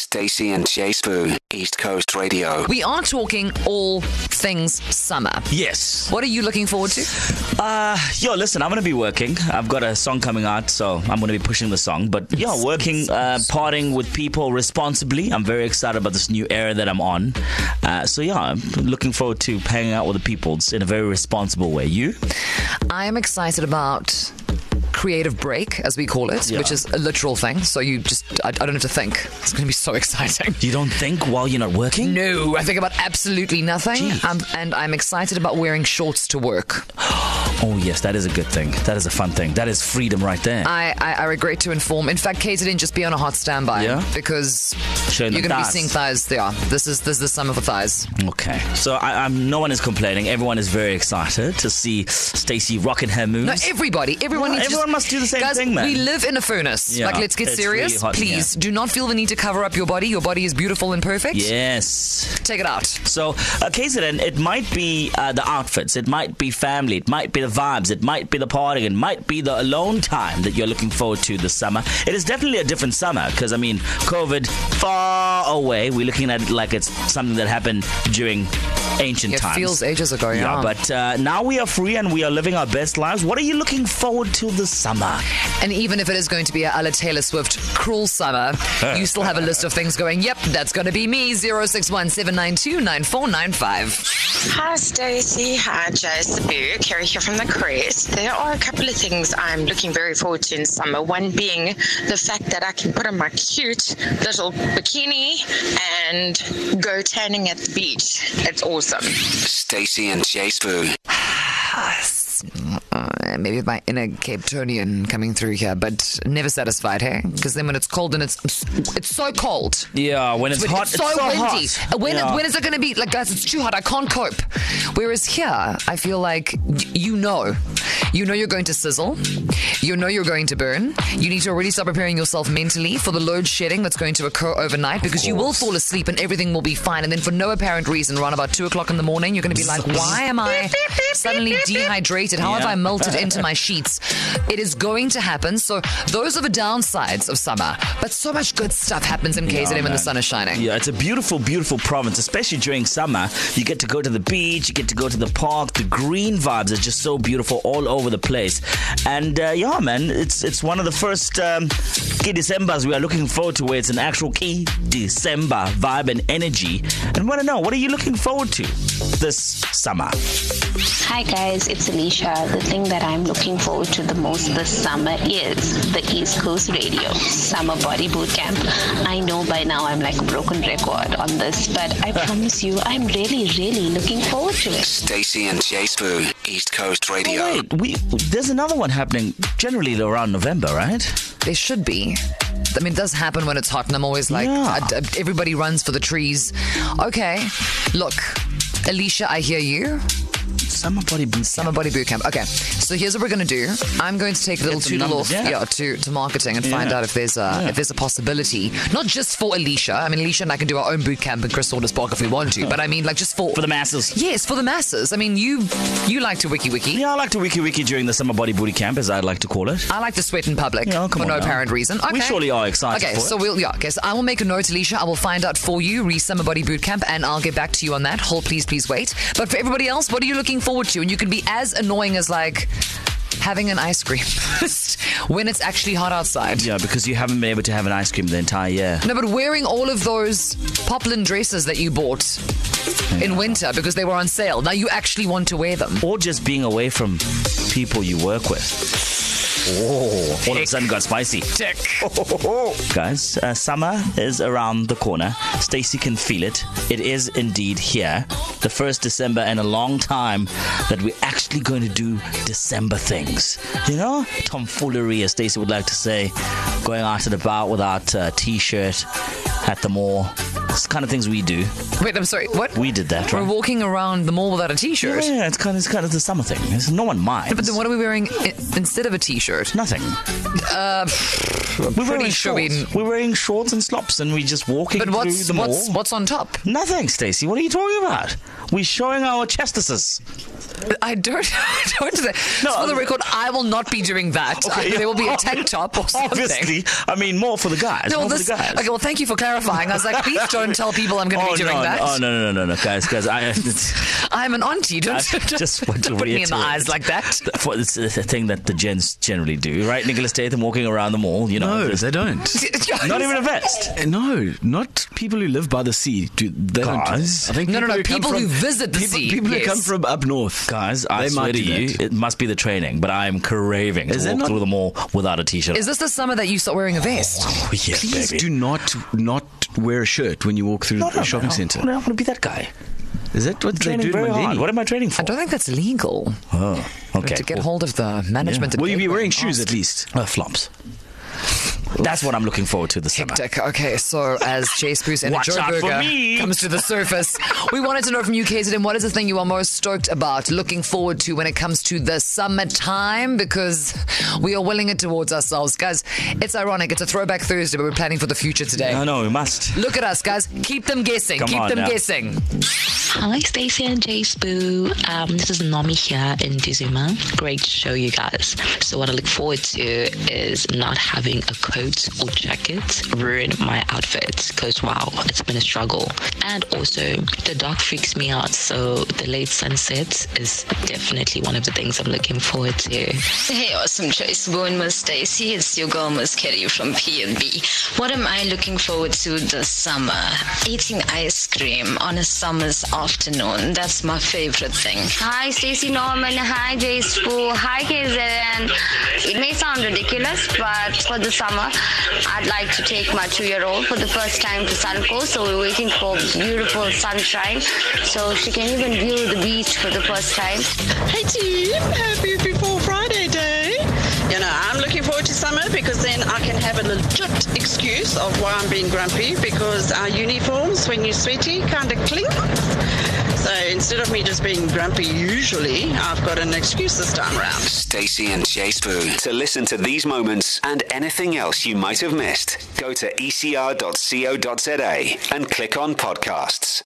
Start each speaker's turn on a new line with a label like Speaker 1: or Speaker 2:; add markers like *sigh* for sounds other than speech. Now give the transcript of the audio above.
Speaker 1: Stacy and Jay Spoon, East Coast Radio.
Speaker 2: We are talking all things summer.
Speaker 3: Yes.
Speaker 2: What are you looking forward to?
Speaker 3: Uh, yo, listen, I'm going to be working. I've got a song coming out, so I'm going to be pushing the song. But yeah, working, uh, partying with people responsibly. I'm very excited about this new era that I'm on. Uh, so yeah, I'm looking forward to hanging out with the people in a very responsible way. You?
Speaker 2: I am excited about creative break, as we call it,
Speaker 3: Yeah.
Speaker 2: which is a literal thing. So you just, I, I don't have to think. It's going to be so *laughs* exciting.
Speaker 3: You don't think while you're not working?
Speaker 2: No, I think about absolutely nothing.
Speaker 3: Jeez.
Speaker 2: Um, and I'm excited about wearing shorts to work.
Speaker 3: Oh, yes, that is a good thing. That is a fun thing. That is freedom right there.
Speaker 2: I, I, I regret to inform. In fact, KZN just be on a hot standby
Speaker 3: Yeah?
Speaker 2: because
Speaker 3: Showing
Speaker 2: you're
Speaker 3: them
Speaker 2: going to be
Speaker 3: thighs.
Speaker 2: seeing thighs. Yeah, this is this is the summer for thighs.
Speaker 3: Okay. So I, I'm, no one is complaining. Everyone is very excited to see Stacey rocking her moves.
Speaker 2: No, everybody, everyone
Speaker 3: Yeah,
Speaker 2: needs. to
Speaker 3: everyone
Speaker 2: just-
Speaker 3: must do the same
Speaker 2: Guys,
Speaker 3: thing, man.
Speaker 2: We live in a furnace.
Speaker 3: Yeah,
Speaker 2: like, let's get
Speaker 3: it's
Speaker 2: serious,
Speaker 3: really hot in
Speaker 2: please. Do not feel the need to cover up your body. Your body is beautiful and perfect.
Speaker 3: yes.
Speaker 2: Take it out.
Speaker 3: So, uh, KZN, it might be uh, the outfits, it might be family, it might be the vibes, it might be the partying, it might be the alone time that you're looking forward to this summer. It is definitely a different summer because, I mean, COVID far away. We're looking at it like it's something that happened during ancient
Speaker 2: It
Speaker 3: times.
Speaker 2: feels ages ago. Yeah,
Speaker 3: yeah, but uh, now we are free and we are living our best lives. What are you looking forward to this summer?
Speaker 2: and even if it is going to be a, a la Taylor Swift cruel
Speaker 3: *laughs*
Speaker 2: summer, you still have a list of things going. Yep, that's going to be me. Zero six one seven nine two nine four nine five.
Speaker 4: Hi, Stacey. Hi, Jay Sabu. Kerry here from the Crest. There are a couple of things I'm looking very forward to in summer. One being the fact that I can put on my cute little bikini and go tanning at the beach. It's awesome.
Speaker 1: Stacy and Jay Spoon.
Speaker 2: uh, maybe my inner Cape Townian coming through here, but never satisfied, hey? Because then when it's cold and it's it's so cold.
Speaker 3: Yeah, when it's,
Speaker 2: When
Speaker 3: hot,
Speaker 2: so, windy. Uh,
Speaker 3: hot.
Speaker 2: When,
Speaker 3: Yeah.
Speaker 2: when is it going to be? Like, guys, it's too hot. I can't cope. Whereas here, I feel like y- you know. You know you're going to sizzle. You know you're going to burn. You need to already start preparing yourself mentally for the load shedding that's going to occur overnight because you will fall asleep and everything will be fine. And then, for no apparent reason, around about two o'clock in the morning, you're going to be
Speaker 3: *laughs*
Speaker 2: like, why am I suddenly dehydrated? How have
Speaker 3: Yeah.
Speaker 2: I melted into my sheets? It is going to happen. So, those are the downsides of summer. But so much good stuff happens in KZN when the
Speaker 3: man.
Speaker 2: sun is shining.
Speaker 3: Yeah, it's a beautiful, beautiful province, especially during summer. You get to go to the beach, you get to go to the park. The green vibes are just so beautiful all over the place. And uh, yeah, man, it's it's one of the first um, key Decembers we are looking forward to, where it's an actual key December vibe and energy. And want to know what are you looking forward to this summer?
Speaker 5: Hi guys, it's Alicia. The thing that I'm looking forward to the most this summer is the East Coast Radio Summer Body Boot Camp. I know by now I'm like a broken record on this, but I promise you, I'm really, really looking forward to it.
Speaker 1: Stacy and Jay Spoon, East Coast Radio.
Speaker 3: Oh, wait, we there's another one happening generally around November, right?
Speaker 2: They should be. I mean, it does happen when it's hot, and I'm always like,
Speaker 3: Yeah.
Speaker 2: I- I- everybody runs for the trees. Okay, look, Alicia, I hear you.
Speaker 3: Summer body boots.
Speaker 2: Summer Body Boot Camp. Okay, so here's what we're gonna do. I'm going to take a little
Speaker 3: some
Speaker 2: toodle off,
Speaker 3: numbers, yeah.
Speaker 2: yeah, to, to marketing and find
Speaker 3: Yeah.
Speaker 2: out if there's a
Speaker 3: Yeah.
Speaker 2: if there's a possibility, not just for Alicia. I mean, Alicia and I can do our own boot camp in Chris Waters Park if we want to, but I mean, like just for
Speaker 3: For the masses.
Speaker 2: Yes, for the masses. I mean, you you like to wiki wiki.
Speaker 3: Yeah, I like to wiki wiki during the summer body booty camp, as I'd like to call it.
Speaker 2: I like to sweat in public
Speaker 3: Yeah, come
Speaker 2: for
Speaker 3: on
Speaker 2: no
Speaker 3: now.
Speaker 2: apparent reason. Okay.
Speaker 3: We surely are excited
Speaker 2: Okay,
Speaker 3: for
Speaker 2: so
Speaker 3: it.
Speaker 2: we'll yeah. Okay, so I will make a note, Alicia. I will find out for you, re summer body boot camp, and I'll get back to you on that. Hold, please, please wait. But for everybody else, what are you looking forward to? And you can be as annoying as like having an ice cream *laughs* when it's actually hot outside.
Speaker 3: Yeah, because you haven't been able to have an ice cream the entire year.
Speaker 2: No, but wearing all of those poplin dresses that you bought in winter because they were on sale. Now you actually want to wear them.
Speaker 3: Or just being away from people you work with. Oh, all of a sudden got spicy.
Speaker 2: Dick.
Speaker 3: *laughs* Guys, uh, summer is around the corner. Stacy can feel it. It is indeed here. The 1st December and a long time that we're actually going to do December things. You know, tomfoolery, as Stacy would like to say, going out and about without a t shirt at the mall. It's the kind of things we do.
Speaker 2: Wait, I'm sorry. What?
Speaker 3: We did that,
Speaker 2: We're
Speaker 3: right?
Speaker 2: walking around the mall without a t shirt.
Speaker 3: Yeah, it's kind of it's kind of the summer thing. It's, no one minds.
Speaker 2: But then what are we wearing i- instead of a t-shirt?
Speaker 3: Nothing. we're
Speaker 2: Uh, pretty
Speaker 3: wearing
Speaker 2: sure we-
Speaker 3: shorts. We're wearing shorts and slops, and we're just walking
Speaker 2: But
Speaker 3: through
Speaker 2: what's
Speaker 3: the mall.
Speaker 2: what's what's on top?
Speaker 3: Nothing, Stacey. What are you talking about? We're showing our chestises.
Speaker 2: I don't. *laughs* don't do that. Just for the record, I will not be doing that.
Speaker 3: *laughs*
Speaker 2: I-
Speaker 3: yeah.
Speaker 2: There will be a tank top or something.
Speaker 3: Obviously, I mean, more for the guys.
Speaker 2: No,
Speaker 3: more
Speaker 2: this.
Speaker 3: for the guys.
Speaker 2: Okay, well, thank you for clarifying. I was like, please don't tell people I'm going to
Speaker 3: oh,
Speaker 2: be doing
Speaker 3: no,
Speaker 2: that.
Speaker 3: oh, no, no, no, no, no, guys, guys.
Speaker 2: *laughs*
Speaker 3: I, *laughs*
Speaker 2: I'm an auntie. Don't, *laughs*
Speaker 3: I just want to
Speaker 2: don't put me in the
Speaker 3: reiterate.
Speaker 2: eyes like that.
Speaker 3: for, it's a thing that the gents generally do, right? Nicholas Tatham walking around the mall, you know.
Speaker 6: No,
Speaker 3: just-
Speaker 6: they don't.
Speaker 2: *laughs*
Speaker 3: *laughs*
Speaker 6: *laughs*
Speaker 3: not even a vest.
Speaker 6: Uh, No, not people who live by the sea. Do, they don't. do
Speaker 3: Guys.
Speaker 6: that. I think
Speaker 2: No, no, no,
Speaker 6: come
Speaker 2: people who visit the
Speaker 6: people,
Speaker 2: sea,
Speaker 6: People
Speaker 2: yes.
Speaker 6: who come from uh, up north.
Speaker 3: Guys, I
Speaker 6: They
Speaker 3: swear
Speaker 6: might
Speaker 3: to
Speaker 6: do
Speaker 3: you,
Speaker 6: that.
Speaker 3: it must be the training, but I am craving
Speaker 6: Is
Speaker 3: to
Speaker 6: there
Speaker 3: walk
Speaker 6: not-
Speaker 3: through the mall without a t-shirt.
Speaker 2: Is this the summer that you start wearing a vest?
Speaker 3: *laughs* oh, yes,
Speaker 6: Please
Speaker 3: baby.
Speaker 6: do not not wear a shirt when you walk through
Speaker 3: No, no,
Speaker 6: a shopping
Speaker 3: no,
Speaker 6: center.
Speaker 3: No, I want to be that guy.
Speaker 6: Is that what they
Speaker 3: Training
Speaker 6: do in
Speaker 3: very hard.
Speaker 6: Mandeni?
Speaker 3: What am I training for?
Speaker 2: I don't think that's legal.
Speaker 3: Oh, okay.
Speaker 2: To get
Speaker 3: Well,
Speaker 2: hold of the management. at
Speaker 6: Will you be
Speaker 2: Gateway
Speaker 6: wearing
Speaker 2: and
Speaker 6: shoes
Speaker 2: ask.
Speaker 6: at least?
Speaker 3: uh, flops. That's what I'm looking forward to this summer.
Speaker 2: Hectic. Okay, so as Chase Bruce and
Speaker 3: Watch
Speaker 2: Joe
Speaker 3: out for
Speaker 2: Burger
Speaker 3: me.
Speaker 2: comes to the surface, we wanted to know from you, KZN, what is the thing you are most stoked about, looking forward to when it comes to the summertime? Because we are willing it towards ourselves. Guys, it's ironic. It's a throwback Thursday, but we're planning for the future today.
Speaker 3: No, no, we must.
Speaker 2: Look at us, guys. Keep them guessing.
Speaker 3: Come
Speaker 2: Keep
Speaker 3: on
Speaker 2: them
Speaker 3: now.
Speaker 2: guessing.
Speaker 7: Hi, Stacey and Jace Boo. Um, this is Nomi here in Dizuma. Great show, you guys. So, what I look forward to is not having a coat or jacket ruin my outfit because, wow, it's been a struggle. And also, the dark freaks me out. So, the late sunset is definitely one of the things I'm looking forward to.
Speaker 8: Hey, awesome Chase Boone, Miss Stacy. It's your girl, Miss Kitty from PNB. What am I looking forward to this summer? Eating ice cream on a summer's afternoon. That's my favorite thing.
Speaker 9: Hi, Stacey Norman. Hi, Jay Spoo. Hi, KZN. It may sound ridiculous, but for the summer, I'd like to take my two year old for the first time to Sunco. So we're waiting for beautiful sunshine so she can even view the beach for the first time.
Speaker 10: Hey team, happy before Friday day. You know, I'm looking forward to summer because then I can have a legit excuse of why I'm being grumpy because our uniforms, when you're sweaty, kind of clink. So instead of me just being grumpy usually, I've got an excuse this time around.
Speaker 1: Stacy and Jay Spoon. To listen to these moments and anything else you E might have missed, go to ecr.co.za and click on podcasts.